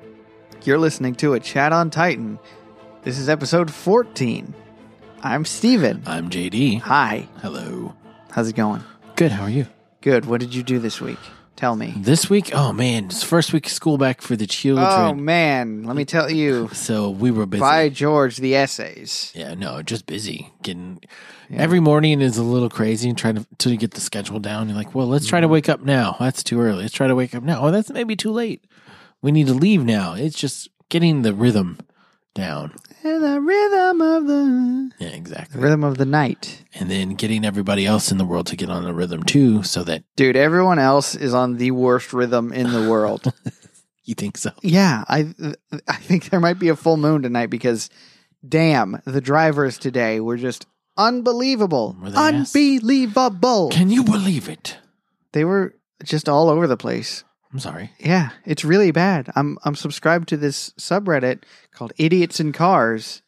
week. You're listening to A Chat on Titan. This is episode 14. I'm Steven. I'm JD. Hi. Hello. How's it going? Good. How are you? Good. What did you do this week? Tell me. This week, oh man, it's first week of school back for the Oh, children. man. Let me tell you. so we were busy. By George, the essays. Yeah, no, just busy. Getting every morning is a little crazy trying to till you get the schedule down. You're like, well, let's try to wake up now. That's too early. Let's try to wake up now. Oh, that's maybe too late. We need to leave now. It's just getting the rhythm down. And the rhythm of the Yeah, exactly. rhythm of the night. And then getting everybody else in the world to get on the rhythm too, so that Dude, everyone else is on the worst rhythm in the world. you think so. Yeah, I I think there might be a full moon tonight because damn, the drivers today were just unbelievable. Were they ass? unbelievable. Can you believe it? They were just all over the place. I'm sorry. Yeah, it's really bad. I'm I'm subscribed to this subreddit called Idiots in Cars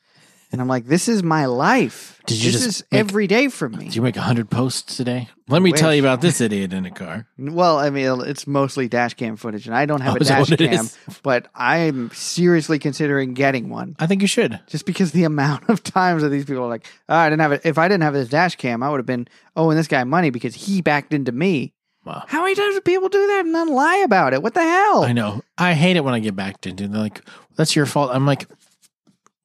and I'm like this is my life. Did you this just is make- every day for me. Did you make 100 posts today? Let me Wish. tell you about this idiot in a car. Well, I mean, it's mostly dash cam footage and I don't have Oh, a is that dash what it cam, is? but I'm seriously considering getting one. I think you should. just because the amount of times that these people are like, oh, I didn't have it. If I didn't have this dash cam, I would have been owing this guy money because he backed into me. Wow. How many times do people do that and then lie about it? What the hell? I know. I hate it when I get backed into. They're like, "That's your fault." I'm like,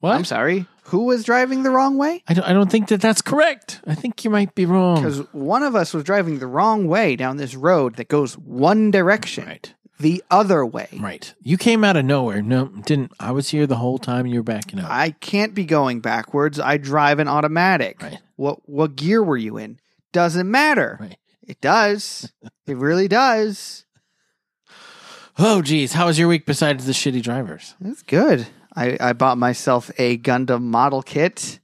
"What?" I'm sorry. Who was driving the wrong way? I don't. I don't think that that's correct. I think you might be wrong. Because one of us was driving the wrong way down this road that goes one direction, Right. the other way. Right. You came out of nowhere. No, didn't. I was here the whole time. You were backing up. I can't be going backwards. I drive an automatic. Right. What what gear were you in? Doesn't matter. Right. It does. it really does. oh, geez. How was your week besides the shitty drivers? That's good. I, I bought myself a Gundam model kit.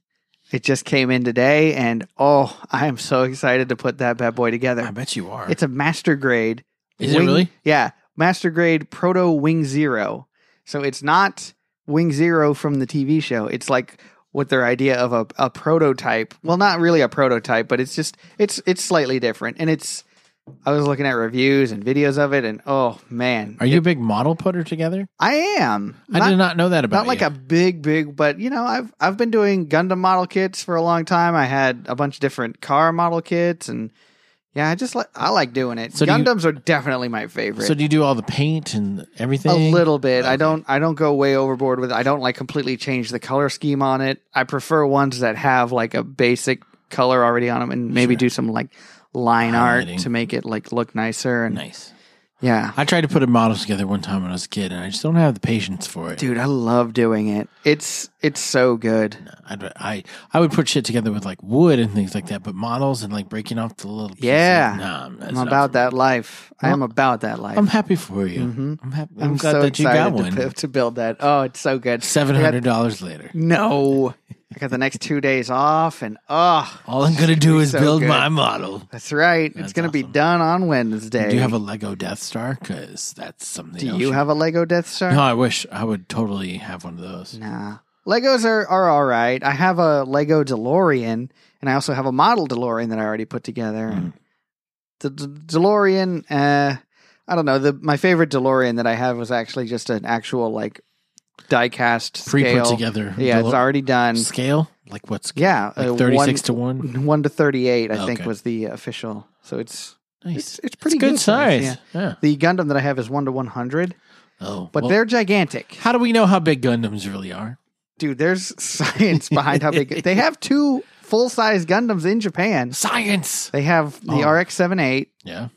It just came in today, and oh, I am so excited to put that bad boy I together. bet you are. It's a master grade. Is it really? Yeah, master grade proto Wing Zero. So it's not Wing Zero from the TV show. It's like what their idea of a, a prototype. Well, not really a prototype, but it's just it's it's slightly different, and it's. I was looking at reviews and videos of it, and oh man, Are you a big model putter together? I am. I Not- did not know that about not like you. a big big but you know i've i've been doing gundam model kits for a long time i had a bunch of different car model kits and yeah i just like i like doing it So do you- gundams are definitely my favorite So do you do all the paint and everything? a little bit i Okay. don't i don't go way overboard with it. i don't like completely change the color scheme on it i prefer ones that have like a basic color already on them and maybe do some like line art Highlighting. to make it like look nicer and Nice. yeah I tried to put a model together one time when I was a kid, and I just don't have the patience for it. dude i love doing it it's it's so good I'd, I I would put shit together with like wood and things like that, but models and like breaking off the little pieces, Yeah. nah, I'm, that's i'm not about for me. that life i am about that life I'm happy for you. Mm-hmm. I'm happy. I'm, glad that you got to one. bu- To, build that. Oh, it's so good. Seven I got- hundred dollars later, No, I got the next two days off, and oh, all I'm gonna do is so build good. my model. that's right. it's That's gonna be awesome. done on Wednesday. Do you have a Lego Death Star? Because that's something. Do else you have a Lego Death Star? No, I wish I would totally have one of those. Nah. Legos are, are all right. I have a Lego DeLorean, and I also have a model DeLorean that I already put together. Hmm. And the, the DeLorean, uh, I don't know. The my favorite DeLorean that I have was actually just an actual like diecast Pre scale. put together. Yeah, it's Delo- already done. scale. Like what's Yeah, uh, like one- thirty six to one. one to thirty eight, I think, Okay. was the official. So it's Nice. it's, it's pretty good, good size. yeah. Yeah. The Gundam that I have is one to one hundred, Oh, but well, they're gigantic, how do we know how big Gundams really are? dude. There's science behind how big they have two full size Gundams in Japan. Science. They have the Oh. RX seven eight Yeah.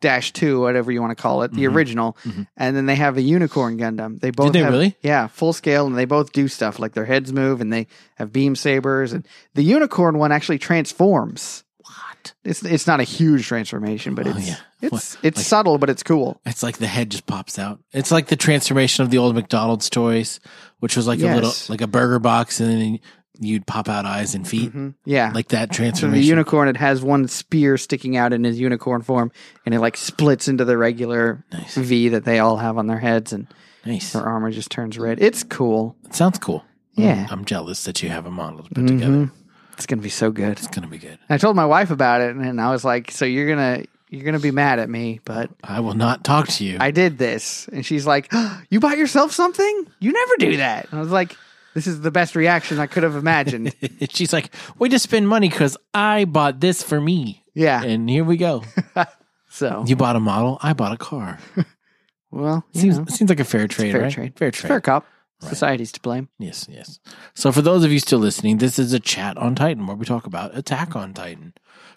dash two, whatever you want to call it, the Mm-hmm. original, and then they have a unicorn Gundam. They both they have- really? yeah, full scale, and they both do stuff like their heads move and they have beam sabers, and the unicorn one actually transforms. What? It's it's not a huge transformation, but Oh, it's yeah. it's What- it's like- subtle, but it's cool. It's like the head just pops out. It's like the transformation of the old McDonald's toys, which was like a little Yes. like a burger box, and then you'd pop out eyes and feet, Yeah, like that Mm-hmm. so the transformation. unicorn it has one spear sticking out in his unicorn form, and it like splits into the regular Nice. V that they all have on their heads, and nice. their armor just turns red. It's cool. It sounds cool. Yeah. Mm-hmm. I'm jealous that you have a model to put together. It's gonna be so good. It's gonna be good. I told my wife about it, and I was like, "So you're gonna You're gonna be mad at me, but I will not talk to you. I did this. And she's like, You bought yourself something? You never do that. And I was like, This is the best reaction I could have imagined. She's like, way to spend money because I bought this for me. yeah. And here we go. So, You bought a model. I bought a car. well, you Seems know, seems like a fair trade, fair right? trade. Fair it's trade. fair cop. Right. Society's to blame. Yes, yes. So for those of you still listening, this is a chat on Titan where we talk about Attack on Titan.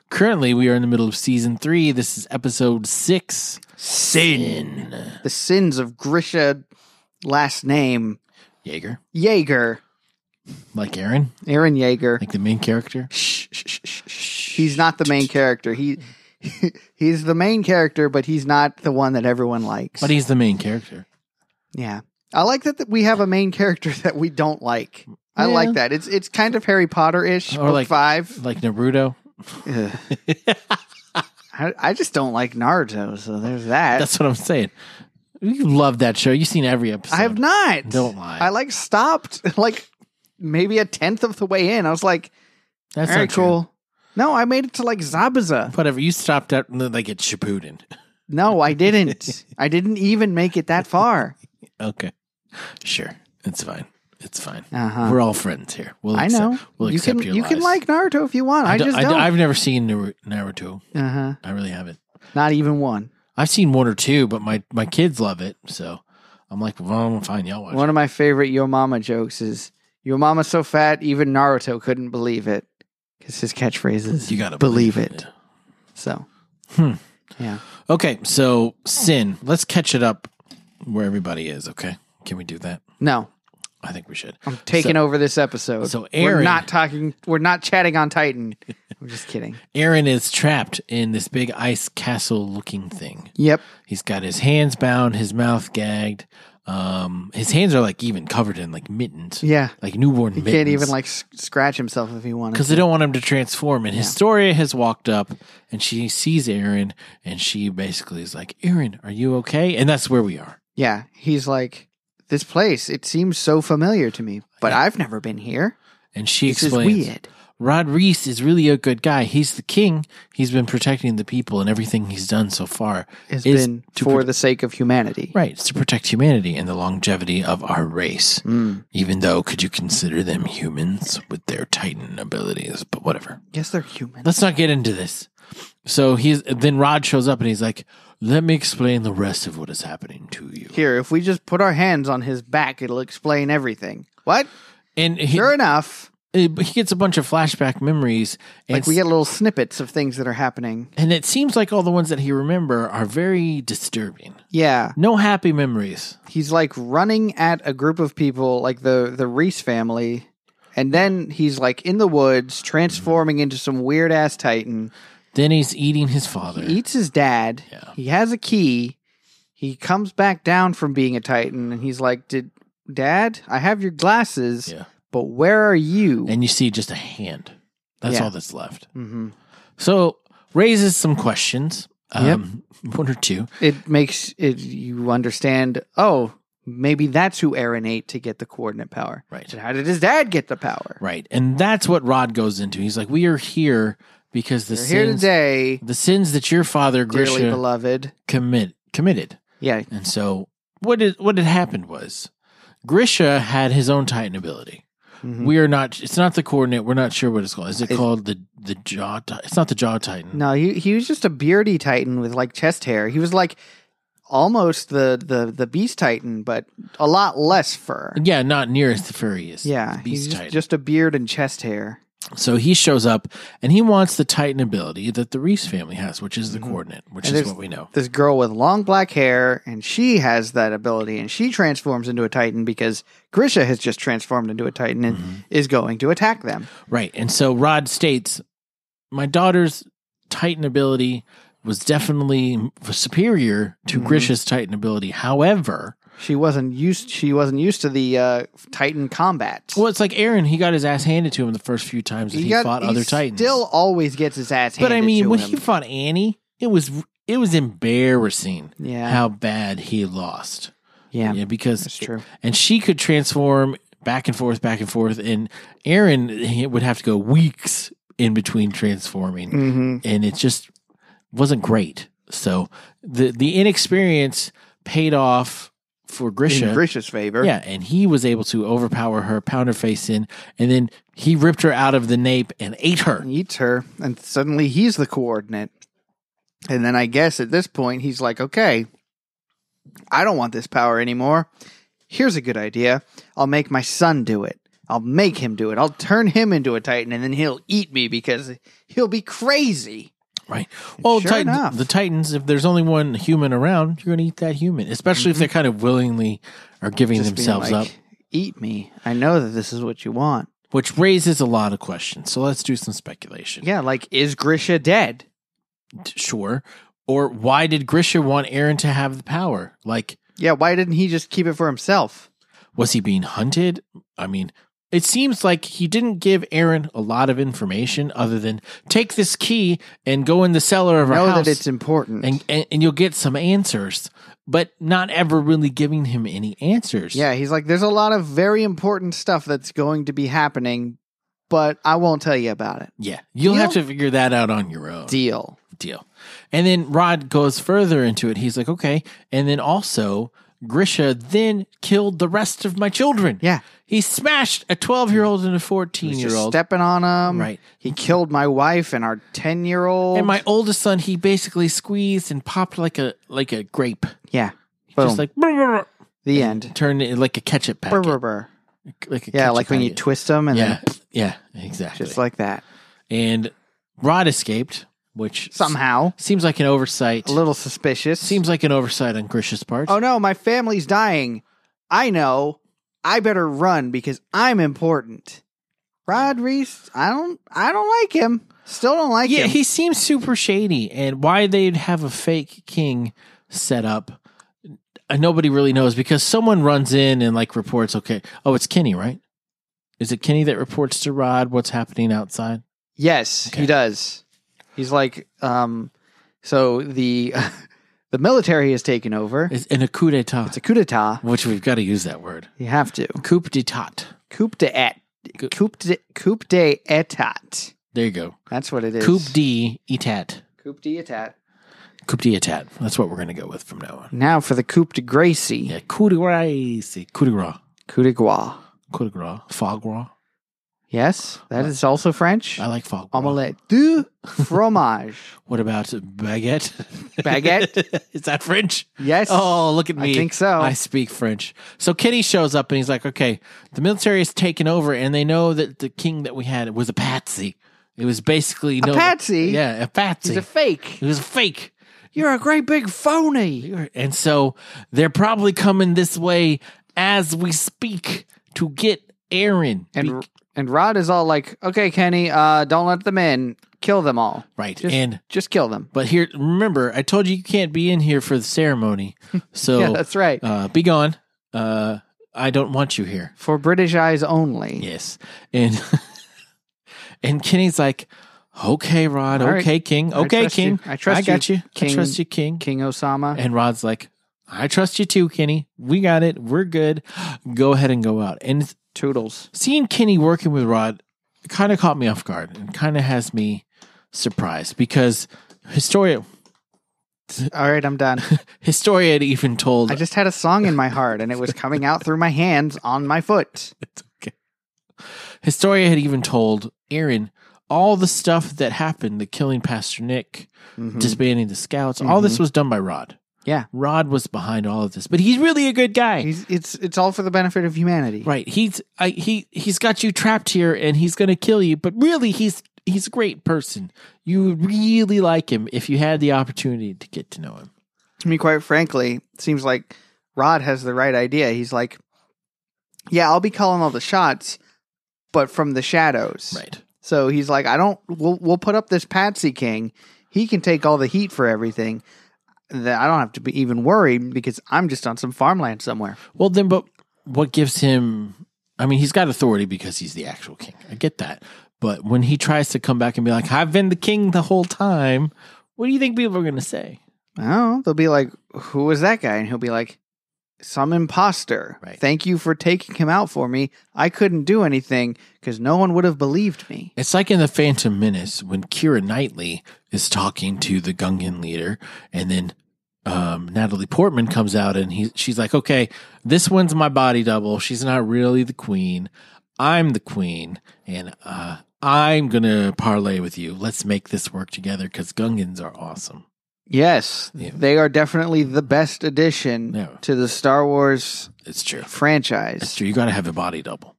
Currently, we are in the middle of season three. This is episode six. Sin. The sins of Grisha, last name Jaeger, Jaeger, like Aaron, Aaron Jaeger. like the main character. Shh, shh, shh, shh, shh. He's not the main character. He. He's the main character, but he's not the one that everyone likes. But he's the main character. Yeah. I like that, that we have a main character that we don't like. I Yeah. like that. It's it's kind of Harry Potter ish. Or Book like- five. Like Naruto. Ugh. I, I just don't like Naruto, so there's that. That's what I'm saying. You love that show. You've seen every episode. I have not. Don't lie. I like stopped like maybe a tenth of the way in. I was like, That's all not right, cool. No, I made it to like Zabuza. True. Whatever. You stopped at like at Shippuden. No, I didn't. I didn't even make it that far. Okay. Sure. It's fine. It's fine. Uh-huh. We're all friends here. We'll I accept, know. We'll you accept can your you can lies. like Naruto if you want. I, d- just d- don't. I've never seen Naru- Naruto. uh-huh. I really haven't. Not even one. I've seen one or two, but my my kids love it. So I'm like, well, fine, y'all watch. it. One of my favorite Yo Mama jokes is Yo Mama's so fat, even Naruto couldn't believe it. Because his catchphrase is You gotta believe, it. Yeah. So, Hmm. yeah. Okay, so sin. Let's catch it up where everybody is. Okay, can we do that? No, I think we should. I'm taking over this episode. so we're Aaron- not talking. We're not chatting on Titan. I'm just kidding. Aaron is trapped in this big ice castle looking thing. Yep. He's got his hands bound, his mouth gagged. Um, his hands are like even covered in like mittens, Yeah. like newborn. He mittens. can't even like s- scratch himself if he wanted. because they don't want him to transform. And Historia has walked up and she sees Aaron and she basically is like, Aaron, are you okay? And that's where we are. yeah. He's like, this place. It seems so familiar to me, but I've never been here. And she This explains, is weird. Rod Reese is really a good guy. He's the king. He's been protecting the people and everything he's done so far. It's is been to for pro- the sake of humanity. Right. It's to protect humanity and the longevity of our race. Mm. Even though, could you consider them humans with their titan abilities? But whatever. Yes, they're human. let's not get into this. So he's then Rod shows up and he's like, "Let me explain the rest of what is happening to you." Here, if we just put our hands on his back, it'll explain everything. What? And he, Sure enough, he gets a bunch of flashback memories, and, like we get little snippets of things that are happening. and it seems like all the ones that he remember are very disturbing. Yeah, No happy memories. he's like running at a group of people, like the the Reese family, and then he's like in the woods, transforming into some weird ass titan. Then he's eating his father. He eats his dad. Yeah. He has a key. He comes back down from being a titan, and he's like, "Did Dad? I have your glasses, Yeah. but where are you?" and you see just a hand. That's Yeah. all that's left. hmm So raises some questions. Um, One or two. it makes it you understand oh maybe that's who aaron ate to get the coordinate power Right. and how did his dad get the power Right. And that's what Rod goes into. He's like, "We are here because the we're here sins today the sins that your father dearly Grisha beloved commit committed. yeah And so what did what had happened was Grisha had his own Titan ability. Mhm. We are not it's not the coordinate, we're not sure what it's called. Is it It- called the the jaw Ti- it's not the jaw Titan. no he, he was just a beardy titan with like chest hair he was like almost the the the beast titan but a lot less fur Yeah, not near as the furious. yeah Beast he's just, Titan. just a beard and chest hair So he shows up and he wants the Titan ability that the Reese family has, which is the Mhm. coordinate, which And is there's- what we know. this girl with long black hair and she has that ability and she transforms into a titan because grisha has just transformed into a titan and Mhm. is going to attack them Right. And so Rod states, my daughter's Titan ability was definitely superior to Mhm. Grisha's Titan ability. However, She wasn't used. She wasn't used to the uh, Titan combat. well, it's like Aaron, he got his ass handed to him the first few times that he, got- fought other Titans. Still, always gets his ass. but I handed mean, to when him. he fought Annie, it was it was embarrassing yeah, how bad he lost. yeah, Yeah, because that's true. and she could transform back and forth, back and forth, and Aaron he would have to go weeks in between transforming, hmm and it just wasn't great. So the the inexperience paid off for Grisha. in Grisha's favor. Yeah, and he was able to overpower her, pound her face in, and then he ripped her out of the nape and ate her. and eats her, and suddenly he's the coordinate. And then I guess at this point he's like, okay, I don't want this power anymore. Here's a good idea. I'll make my son do it. I'll make him do it. I'll turn him into a titan, and then he'll eat me because he'll be crazy. Right. Well, Sure Titan- enough. the Titans, if there's only one human around, you're going to eat that human, especially if they're kind of willingly are giving Mm-hmm. Just being themselves like, up, Eat me. I know that this is what you want. which raises a lot of questions. So let's do some speculation. Yeah, like is Grisha dead? Sure. Or why did Grisha want Aaron to have the power? Like, Yeah, why didn't he just keep it for himself? was he being hunted? I mean, it seems like he didn't give Aaron a lot of information other than take this key and go in the cellar of our know house. that it's important. and, and and you'll get some answers, but not ever really giving him any answers. Yeah, he's like, there's a lot of very important stuff that's going to be happening, but I won't tell you about it. yeah. You'll Deal? have to figure that out on your own. Deal. Deal. And then Rod goes further into it. He's like, okay. And then also, Grisha then killed the rest of my children. Yeah. He smashed a twelve year old and a fourteen He's year just old. stepping on him. Right. He killed my wife and our 10 year old. And my oldest son, he basically squeezed and popped like a like a grape. yeah. Boom. Just like brr, brr, brr, the end. turned it like a ketchup packet. Brr, brr, brr. Like a Yeah, ketchup like when you packet. twist them and yeah, then yeah, exactly. just like that. and Rod escaped, which Somehow. s- seems like an oversight. A little suspicious. Seems like an oversight on Grisha's part. oh no, my family's dying. I know. I better run because I'm important. Rod Reese, I don't I don't like him. Still don't like yeah, him. he seems super shady, and why they'd have a fake king set up, uh, nobody really knows because someone runs in and like reports. Okay, oh, it's Kenny, right? Is it Kenny that reports to Rod what's happening outside? Yes, Okay. he does. He's like, um, so the the military has taken over. It's in a coup d'état, It's a coup d'état. which we've got to use that word. You have to Coup d'état. coup de et Coup- coup de coup de etat. There you go. That's what it is. Coup d'état. coup d'état. Coup d'état. That's what we're gonna go with from now on. Now for the coup de Gracie, Yeah, coup de grace, coup de gras, coup de gras. coup de gras, foie gras. Yes, that is also French. I like foie gras. Omelette du fromage. What about baguette? Baguette? is that French? Yes. Oh, look at I me! think so. I speak French. So Kenny shows up and he's like, "Okay, the military has taken over, and they know that the king that we had was a patsy. It was basically no patsy? Yeah, a patsy. He's a fake. it was a fake." You're a great big phony. And so they're probably coming this way as we speak to get Aaron. And and Rod is all like, okay, Kenny, uh, don't let them in. Kill them all. right. Just, and just kill them. but here, remember, I told you you can't be in here for the ceremony. So yeah, that's right. uh, be gone. Uh, I don't want you here. For British eyes only. Yes. And and Kenny's like, okay, Rod. All right. okay, King. I Okay, trust you. King. I trust I got you, you. I King. trust you, King. King Osama. And Rod's like, I trust you too, Kenny. We got it. We're good. Go ahead and go out. And Toodles. seeing Kenny working with Rod kind of caught me off guard and kind of has me surprised because Historia All right, I'm done. Historia had even told I just had a song in my heart and it was coming out through my hands on my foot. Historia had even told Aaron all the stuff that happened, the killing Pastor Nick, Mhm. disbanding the scouts, all this was done by Rod. Mm-hmm. Yeah. Rod was behind all of this, but he's really a good guy. Mm-hmm. He's, it's it's all for the benefit of humanity. right. He's I, he he's got you trapped here and he's going to kill you, but really he's he's a great person. You would really like him if you had the opportunity to get to know him. I mean, quite frankly, it seems like Rod has the right idea. He's like, yeah, I'll be calling all the shots, but from the shadows. Right. So he's like, I don't. We'll we'll put up this Patsy King. He can take all the heat for everything. That I don't have to be even worried because I'm just on some farmland somewhere. Well, then, but what gives him? I mean, he's got authority because he's the actual king. I get that. But when he tries to come back and be like, I've been the king the whole time, what do you think people are going to say? Oh, they'll be like, "Who was that guy?" And he'll be like, some imposter. Right. Thank you for taking him out for me. I couldn't do anything because no one would have believed me. It's like in The Phantom Menace when Kira Knightley is talking to the Gungan leader, and then um, Natalie Portman comes out and he, she's like, okay, this one's my body double. She's not really the queen. I'm the queen, and uh, I'm going to parlay with you. Let's make this work together because Gungans are awesome. Yes, Yeah. they are definitely the best addition Yeah. to the Star Wars It's true. It's franchise. true. You got to have a body double.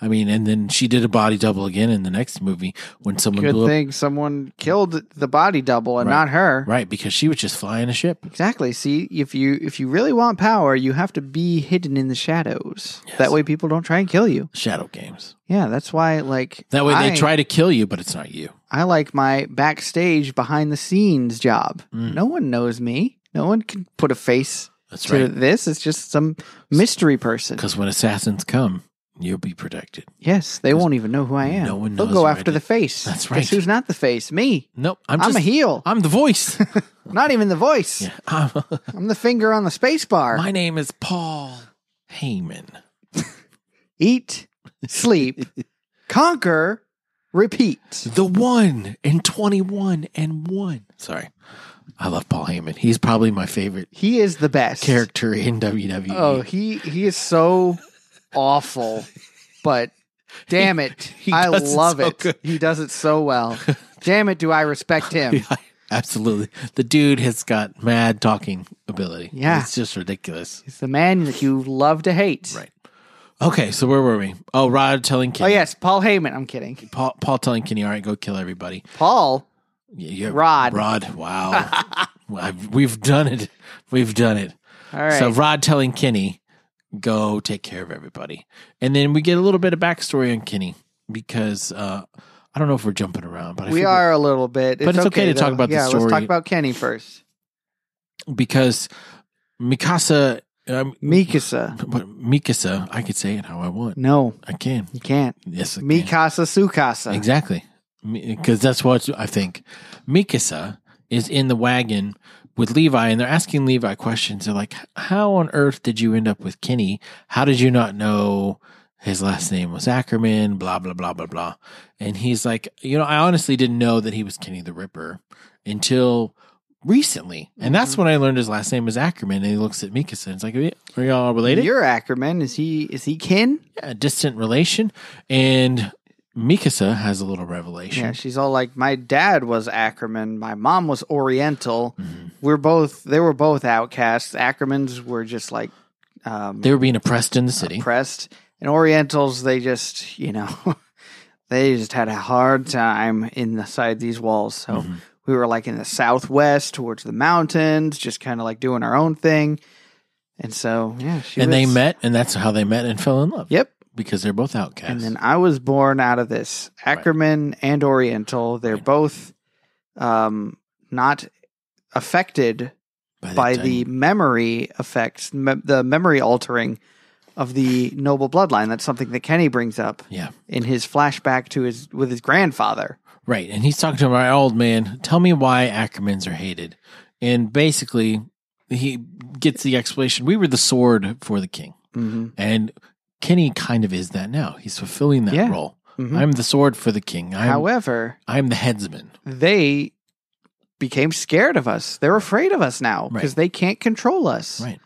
I mean, and then she did a body double again in the next movie when someone Good blew up. thing someone killed the body double and Right. not her. Right, because she was just flying a ship. Exactly. See, if you if you really want power, you have to be hidden in the shadows. That way people don't try and kill you. Shadow games. Yeah, that's why like That way I- they try to kill you, but it's not you. I like my backstage behind the scenes job. No one knows me. No one can put a face Mm. That's to right. this. It's just some mystery person. Because when assassins come, you'll be protected. Yes, they won't even know who I am. no one They'll knows go who I after the did. face. That's Guess right. who's not the face? Me. Nope. I'm, I'm, just, a heel. I'm the voice. Not even the voice. Yeah, I'm- I'm the finger on the space bar. my name is Paul Heyman. Eat, sleep, conquer, repeat. The one and 21 and one. Sorry. I love Paul Heyman. He's probably my favorite He is the best character in E. WWE. Oh, he he is so awful, but damn it, he I does it love so it. good. He does it so well. damn it, do I respect him? Yeah, absolutely. The dude has got mad talking ability. Yeah. It's just ridiculous. He's the man that you love to hate. Right. Okay, so where were we? Oh, Rod telling Oh Kenny. yes, Paul Heyman. I'm kidding. Paul, Paul telling Kenny, all right, go kill everybody. Paul. Yeah, you're- Rod. Rod. Wow. I've, we've done it. We've done it. All right. So Rod telling Kenny, go take care of everybody. And then we get a little bit of backstory on Kenny because uh, I don't know if we're jumping around, but I we figure- are a little bit, But it's okay to talk about the yeah, Let's story. talk about Kenny first. because Mikasa, um, Mikasa. but Mikasa, I could say it how I want. No, I can. you can't. Yes, I can. Mikasa Sukasa. Exactly. Because that's what I think. Mikasa is in the wagon with Levi, and they're asking Levi questions. They're like, How on earth did you end up with Kenny? How did you not know his last name was Ackerman? Blah, blah, blah, blah, blah. And he's like, You know, I honestly didn't know that he was Kenny the Ripper until recently. And that's when I learned his last name was Ackerman. And he looks at Mikasa and it's like, Are y'all related? You're Ackerman. Is he is he kin? a distant relation. And Mikasa has a little revelation. Yeah, she's all like, "My dad was Ackerman. My mom was Oriental. Mm-hmm. We're both. They were both outcasts. Ackermans were just like um, They were being oppressed in the city. oppressed, and Orientals they just, you know, they just had a hard time inside these walls. So Mm-hmm. we were like in the southwest towards the mountains, just kind of like doing our own thing. And so yeah, she and they was- met, and that's how they met and fell in love. Yep. Because they're both outcasts. And then I was born out of this Ackerman and Oriental. They're both um, not affected by time- the memory effects, me- the memory altering of the noble bloodline. That's something that Kenny brings up Yeah. in his flashback to his with his grandfather. Right. And he's talking to my old man. Tell me why Ackermans are hated. And basically, he gets the explanation we were the sword for the king. Mhm. And Kenny kind of is that now. He's fulfilling that Yeah. role. Mhm. I'm the sword for the king. I'm, However, I'm the headsman. they became scared of us. They're afraid of us now because Right. they can't control us Right.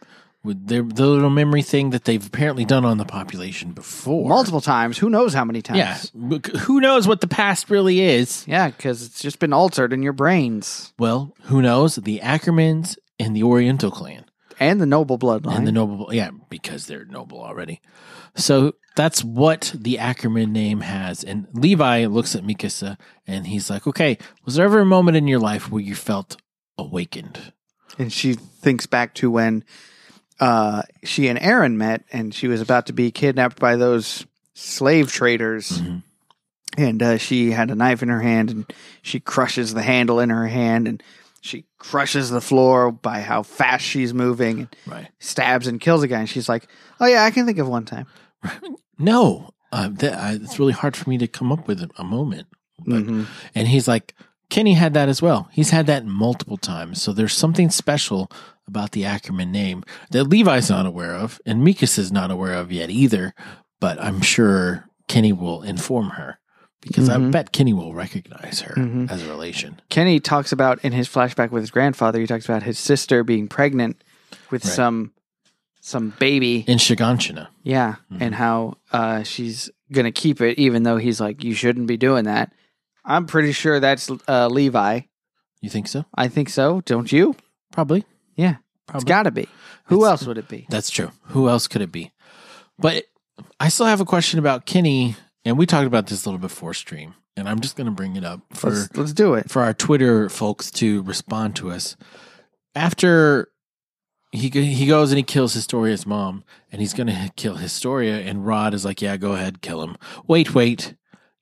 With their, the little memory thing that they've apparently done on the population before. multiple times. Who knows how many times? Yeah. Who knows what the past really is? Yeah, because it's just been altered in your brains Well, who knows? The Ackermans and the Oriental clan and the noble bloodline. and the noble, yeah, because they're noble already. So that's what the Ackerman name has. And Levi looks at Mikasa and he's like, "Okay, was there ever a moment in your life where you felt awakened?" and she thinks back to when uh, she and Aaron met, and she was about to be kidnapped by those slave traders. Mhm. And uh, she had a knife in her hand, and she crushes the handle in her hand, and she crushes the floor by how fast she's moving, and Right? stabs and kills a guy. And she's like, "Oh yeah, I can think of one time." No, uh, that, I, it's really hard for me to come up with a, a moment. But, Mhm. And he's like, Kenny had that as well. He's had that multiple times. So there's something special about the Ackerman name that Levi's not aware of and Mikas is not aware of yet either, but I'm sure Kenny will inform her because I Mhm. bet Kenny will recognize her Mhm. as a relation. Kenny talks about in his flashback with his grandfather. He talks about his sister being pregnant with Right. some some baby. In Shiganshina. Yeah, Mhm. and how uh, she's gonna keep it, even though he's like, "You shouldn't be doing that." I'm pretty sure that's uh, Levi. You think so? I think so. Don't you? Probably. Yeah, it's Probably. got to be. Who It's- else would it be? That's true. Who else could it be? But I still have a question about Kenny, and we talked about this a little before stream, and I'm just going to bring it up for let's, let's do it. for our Twitter folks to respond to us. After he go- he goes and he kills Historia's mom, and he's going to kill Historia, and Rod is like, "Yeah, go ahead, kill him." Wait, wait,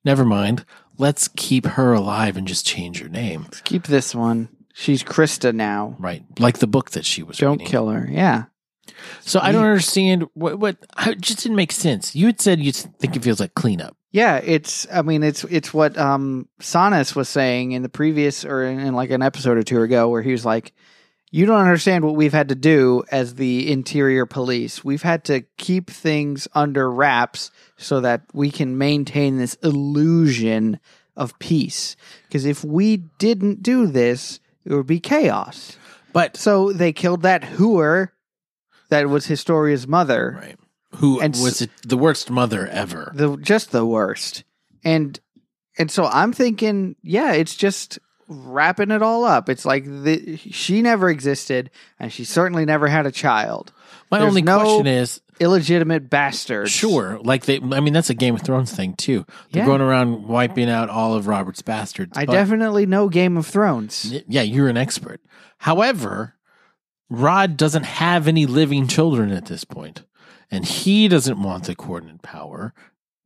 never mind. Let's keep her alive and just change her name, Let's keep this one. She's Krista now. right? Like the book that she was. Don't reading. kill her. Yeah. So I don't Sweet. understand what what I, it just didn't make sense. You had said you think it feels like cleanup. Yeah, it's. I mean, it's it's what um Sanas was saying in the previous or in, in like an episode or two ago, where he was like, "You don't understand what we've had to do as the interior police. We've had to keep things under wraps so that we can maintain this illusion of peace. Because if we didn't do this, it would be chaos." But So they killed that hooer that was Historia's mother. right, who And s- was it, the worst mother ever? the just the worst and and so i'm thinking yeah it's just wrapping it all up it's like the, she never existed and she certainly never had a child My there's only no- question is, illegitimate bastard sure, like they, I mean, that's a Game of Thrones thing too. They're Yeah. going around wiping out all of Robert's bastards. i but- definitely know game of thrones y- yeah, you're an expert. However, Rod doesn't have any living children at this point, and he doesn't want the coordinate power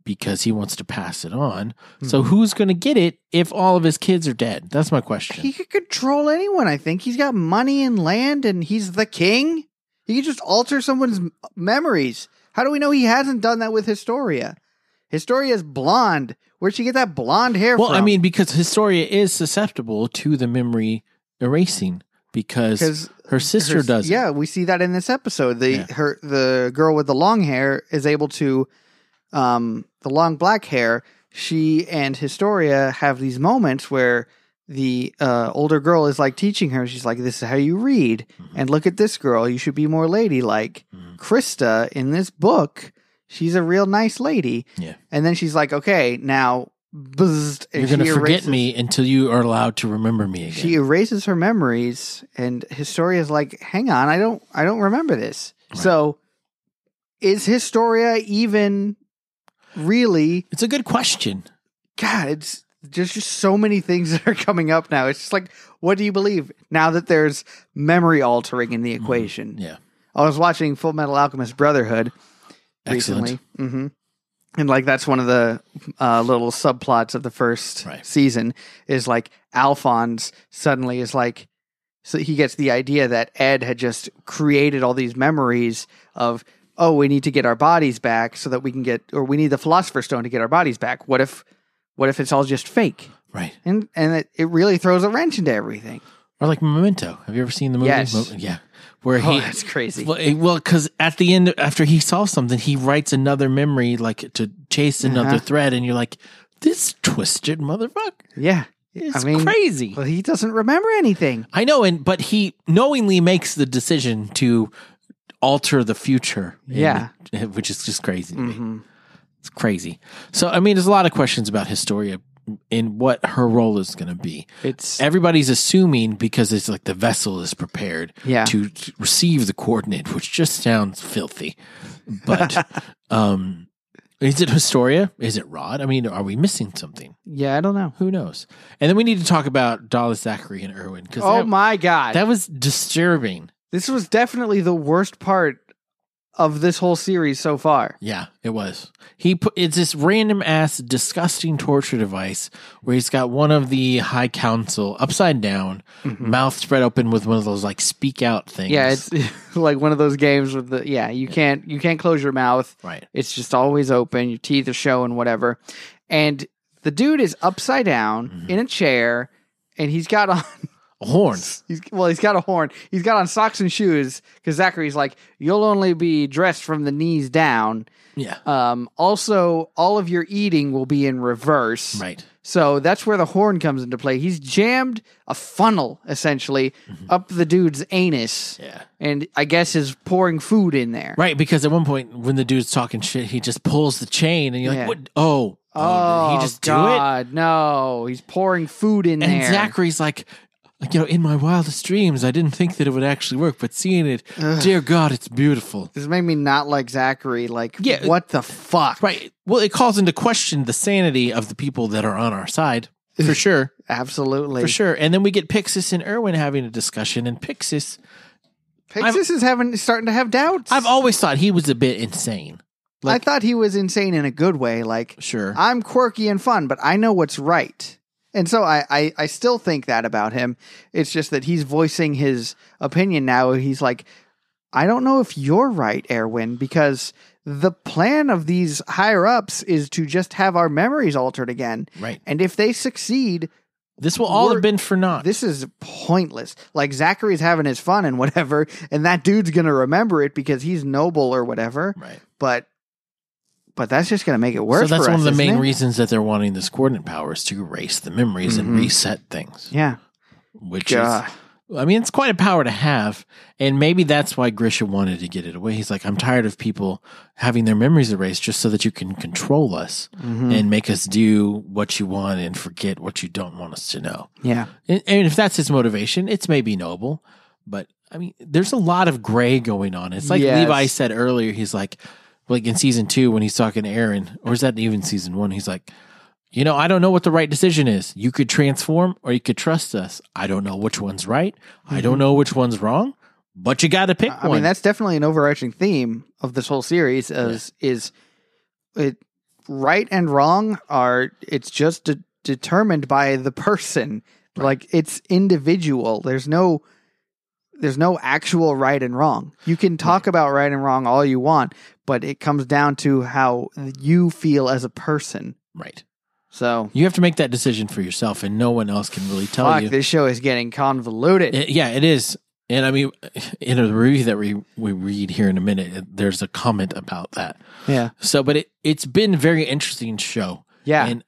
because he wants to pass it on. So Hmm. who's going to get it if all of his kids are dead? That's my question. he could control anyone i think he's got money and land and he's the king he could just alter someone's m- memories how do we know he hasn't done that with historia historia is blonde where'd she get that blonde hair well, from I mean, because Historia is susceptible to the memory erasing because because her sister her- does. it. Yeah, we see that in this episode. The Yeah. her the girl with the long hair is able to um the long black hair, she and Historia have these moments where the uh, older girl is like teaching her. She's like, "This is how you read, Mhm. and look at this girl. You should be more ladylike." Mhm. Krista in this book, she's a real nice lady. Yeah. and then she's like, "Okay, now." Buzzed, and You're going to she forget erases- er- me until you are allowed to remember me again. she erases her memories and historia's like hang on i don't i don't remember this Right. so is historia even really it's a good question. god it's there's just so many things that are coming up now it's just like what do you believe now that there's memory altering in the Mm-hmm. equation Yeah. i was watching full metal alchemist brotherhood Excellent. recently hmm and like that's one of the uh, little subplots of the first Right. season is like alphonse suddenly is like so he gets the idea that ed had just created all these memories of oh we need to get our bodies back so that we can get or we need the philosopher's stone to get our bodies back what if what if it's all just fake Right. and and it, it really throws a wrench into everything Or like Memento. Have you ever seen the movie? Yes. Mo- yeah. Where oh he. that's crazy Well, it- Well, because at the end, after he solves something, he writes another memory, like to chase another Uh-huh. thread, and you're like, "This twisted motherfucker yeah is i mean crazy." well he doesn't remember anything I know, and but he knowingly makes the decision to alter the future. and- Yeah. which is just crazy. To me. hmm It's crazy. So, I mean, there's a lot of questions about Historia and what her role is going to be. it's Everybody's assuming because it's like the vessel is prepared yeah to to receive the coordinate, which just sounds filthy. But um, is it Historia? Is it Rod? I mean, are we missing something? yeah i don't know Who knows? And then we need to talk about Dallas Zachary and Irwin because Oh that, my god. that was disturbing. this was definitely the worst part of this whole series so far. Yeah, it was. He put it's this random ass disgusting torture device where he's got one of the high council upside down, mouth spread open with one of those like speak out things. Mm-hmm. Yeah, it's like one of those games with the yeah, you can't you can't close your mouth. right. It's just always open, your teeth are showing whatever. Mm-hmm. And the dude is upside down in a chair and he's got on A horn. He's well, he's got a horn. He's got on socks and shoes because Zachary's like, you'll only be dressed from the knees down. Yeah. Um, also, all of your eating will be in reverse. Right. So that's where the horn comes into play. He's jammed a funnel essentially Mm-hmm. up the dude's anus, Yeah. and I guess is pouring food in there. Right, because at one point when the dude's talking shit, he just pulls the chain and you're like, Yeah. What oh, Oh, did he just do it? God, no! He's pouring food in And there. Zachary's like like, you know, in my wildest dreams, I didn't think that it would actually work, but seeing it, dear God, it's beautiful. This made me not like Zachary. Like, Yeah. uh, what the fuck? Right. Well, it calls into question the sanity of the people that are on our side, for sure. Absolutely. For sure. And then we get Pixis and Irwin having a discussion, and Pixis, Pixis is having starting to have doubts. I've always thought he was a bit insane. like- I thought he was insane in a good way. Like, Sure. I'm quirky and fun, but I know what's right. And so I, I, I still think that about him. It's just that he's voicing his opinion now. He's like, I don't know if you're right, Erwin, because the plan of these higher ups is to just have our memories altered again. right. And if they succeed, This will all We're- have been for naught. this is pointless. Like Zachary's having his fun and whatever, and that dude's gonna remember it because he's noble or whatever. right. But but that's just gonna make it worse. so that's for one us, of the isn't main it? reasons that they're wanting this coordinate power is to erase the memories Mhm. and reset things. Yeah. Which God. is, I mean, it's quite a power to have, and maybe that's why Grisha wanted to get it away. He's like, I'm tired of people having their memories erased just so that you can control us Mhm. and make us do what you want and forget what you don't want us to know. Yeah. And, and if that's his motivation, it's maybe noble, but I mean, there's a lot of gray going on. It's like Yes. Levi said earlier. He's like, like in season two when he's talking to Aaron, or is that even season one? He's like, you know, I don't know what the right decision is. You could transform, or you could trust us. I don't know which one's right. I don't know which one's wrong. But you got to pick Hmm. I one. mean, that's definitely an overarching theme of this whole series is is it right and wrong are it's just de- determined by the person. Like it's individual. There's no there's no actual right and wrong. You can talk about right and wrong all you want, but it comes down to how you feel as a person. right. So, You have to make that decision for yourself, and no one else can really tell fuck, you. this show is getting convoluted. It- yeah, it is. And I mean, in a review that we, we read here in a minute, it- there's a comment about that. yeah. So, but it, it's been a very interesting show. Yeah. And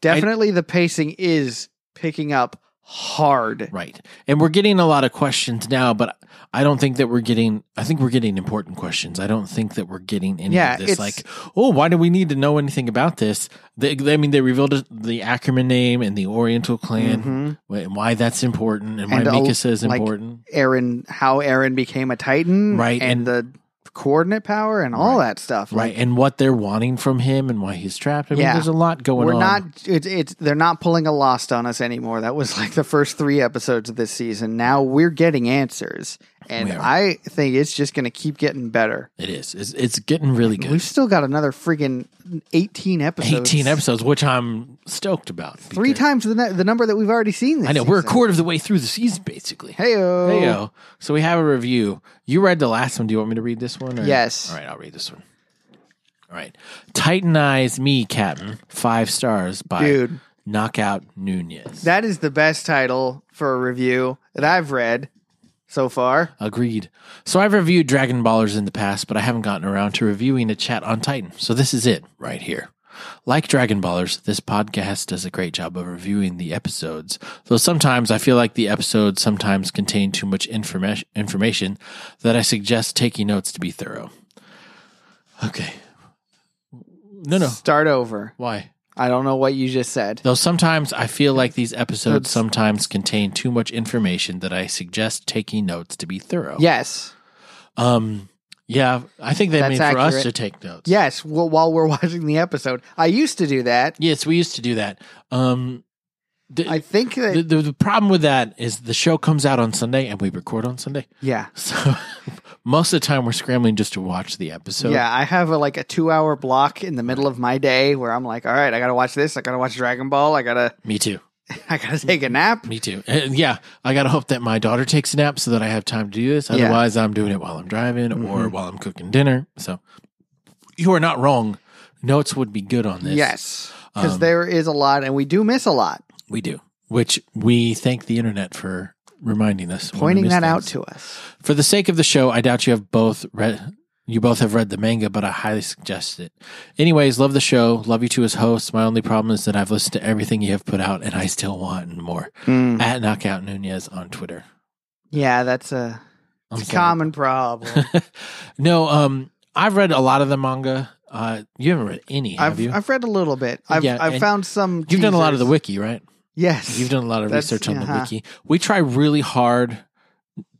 definitely the pacing is picking up hard. right. And we're getting a lot of questions now, but I don't think that we're getting, I think we're getting important questions. I don't think that we're getting any Yeah, of this it's- like, oh, why do we need to know anything about this? They, they- I mean, they revealed the Ackerman name and the Oriental clan Mhm. wh- and why that's important and why And, uh, Mika says like- important. Aaron, how Aaron became a Titan, Right, and, the coordinate power and all that stuff. Right. And what they're wanting from him and why he's trapped. I mean, Yeah. there's a lot going we're on. not. It's it's they're not pulling a Lost on us anymore. That was like the first three episodes of this season. Now we're getting answers, and We are. I think it's just going to keep getting better. It is. It's, it's getting really good. We've still got another freaking eighteen episodes. 18 episodes, which I'm stoked about. Three because- times the nu- the number that we've already seen. This I know. We're a season. quarter of the way through the season, basically. Heyo. Heyo. So we have a review. You read the last one. Do you want me to read this one? or- Yes. All right, I'll read this one. All right. Titanize Me, Captain. Five stars by Dude. Knockout Nunez. That is the best title for a review that I've read so far. Agreed. So I've reviewed Dragon Ballers in the past, but I haven't gotten around to reviewing a chat on Titan. So this is it right here. Like Dragon Ballers, this podcast does a great job of reviewing the episodes, though sometimes I feel like the episodes sometimes contain too much informa- information that I suggest taking notes to be thorough. Okay. No, no. Start over. Why? I don't know what you just said. Though sometimes I feel like these episodes That's- sometimes contain too much information that I suggest taking notes to be thorough. Yes. Um. Yeah, I think they That's mean for us accurate. to take notes. Yes. Well, while we're watching the episode, I used to do that. Yes, we used to do that. Um. The, I think that, the, the, the problem with that is the show comes out on Sunday and we record on Sunday, yeah. so most of the time we're scrambling just to watch the episode. yeah. I have a, like a two hour block in the middle of my day where I'm like, all right, I got to watch this. I got to watch Dragon Ball. I got to, Me too. I got to take a nap. Me too. And yeah, I gotta hope that my daughter takes a nap so that I have time to do this. Otherwise, I'm doing it while I'm driving Mm-hmm. or while I'm cooking dinner. So you are not wrong. Notes would be good on this. Yes. Because Um, there is a lot and we do miss a lot. we do. which we thank the internet for reminding us. when we pointing missed that out things. to us. For the sake of the show, I doubt you have both read. You both have read the manga, but I highly suggest it. Anyways, love the show. Love you two as hosts. My only problem is that I've listened to everything you have put out, and I still want more. Mm. At Knockout Nunez on Twitter. Yeah, that's a, I'm it's a sorry. common problem. no, um, I've read a lot of the manga. Uh, you haven't read any, have I've you? I've read a little bit. I've Yeah, I've and found some. You've done a lot of the teasers. wiki, right? Yes, You've done a lot of That's- research on the uh-huh. wiki. We try really hard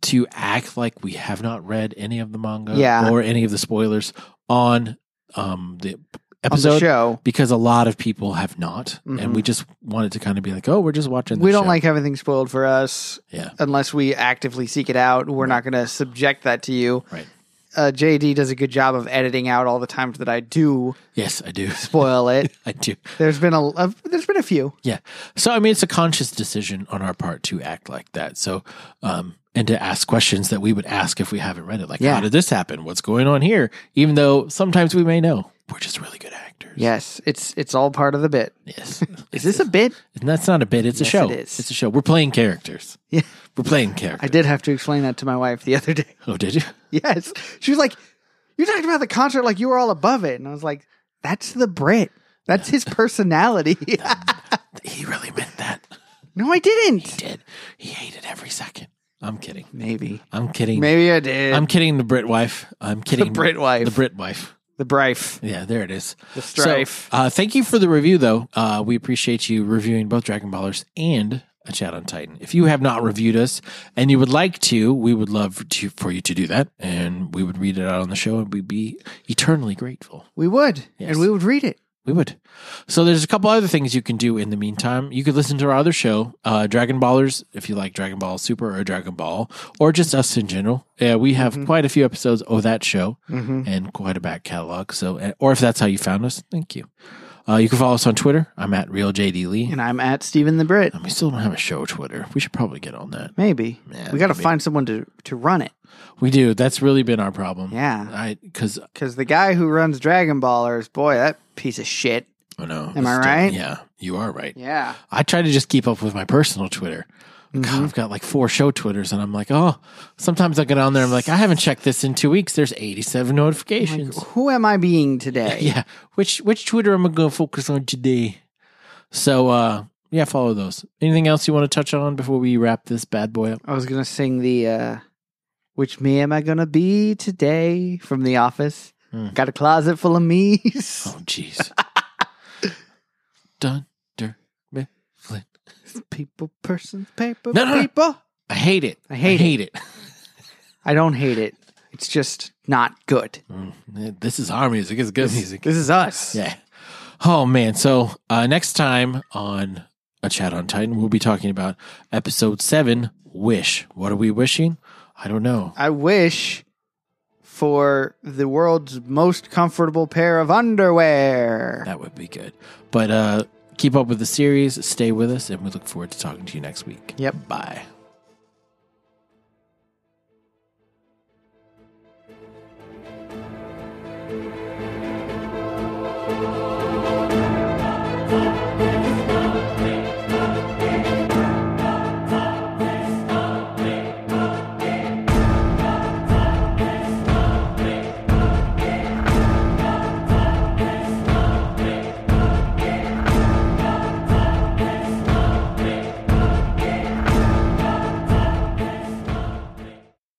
to act like we have not read any of the manga Yeah. or any of the spoilers on um, the on the episode show. because a lot of people have not, and Mhm. we just wanted to kind of be like, oh, we're just watching. The We don't show. like having things spoiled for us yeah, unless we actively seek it out. We're not going to subject that to you. Right. Uh, JD does a good job of editing out all the times that I do yes, I do, spoil it. I do. There's been a, a there's been a few. Yeah. So I mean, it's a conscious decision on our part to act like that. So, um, and to ask questions that we would ask if we haven't read it, like, Yeah. how did this happen? What's going on here? Even though sometimes we may know, we're just really good actors. Yes, it's it's all part of the bit. Yes. Is this a bit? And that's not a bit. It's a Yes, show. it is. It's a show. We're playing characters. Yeah. We're playing characters. I did have to explain that to my wife the other day. Oh, did you? Yes, she was like, "You talked about the concert like you were all above it," and I was like, "That's the Brit. That's his personality." He really meant that. no, I He didn't. did. He hated every second. I'm kidding. Maybe, I'm kidding. maybe I did. I'm kidding the Brit wife. I'm kidding the Brit wife, The the, Brit wife. brife, Yeah, there it is. the strife. So, uh, thank you for the review, though. Uh, we appreciate you reviewing both Dragon Ballers and A Chat on Titan. If you have not reviewed us and you would like to, we would love to for you to do that, and we would read it out on the show, and we'd be eternally grateful. we would, Yes. and we would read it. We would. So there's a couple other things you can do in the meantime. You could listen to our other show, uh, Dragon Ballers, if you like Dragon Ball Super or Dragon Ball, or just us in general. Yeah, we have quite a few episodes of that show Mm-hmm. and quite a back catalog. So, uh, or if that's how you found us, thank you. Uh, you can follow us on Twitter. I'm at RealJDLee. And I'm at Stephen the Brit. And we still don't have a show Twitter. We should probably get on that. Maybe Yeah, we got to maybe. find someone to to run it. We do. That's really been our problem. Yeah, I because because the guy who runs Dragon Ballers, boy, that piece of shit. oh no, Am I Still- right? Yeah, you are right. Yeah, I try to just keep up with my personal Twitter. God, Mm-hmm. I've got like four show Twitters, and I'm like, oh. Sometimes I get on there. I'm like, I haven't checked this in two weeks. There's 87 Oh notifications. who am I being today? yeah, which which Twitter am I going to focus on today? So, uh, yeah, follow those. Anything else you want to touch on before we wrap this bad boy up? I was gonna sing the uh which me am I gonna be today from the office. Hmm. Got a closet full of me's. Oh, jeez. Dunder Mifflin. People, persons, paper, No, no, no. people. I hate it. I hate hate it. I don't hate it. It's just not good. Mm, This is our music. It's good music. This is us. Yeah. Oh man. So uh, next time on a chat on Titan, we'll be talking about episode seven, wish. What are we wishing? I don't know. I wish for the world's most comfortable pair of underwear. That would be good. But uh, keep up with the series. Stay with us, and we look forward to talking to you next week. Yep. Bye.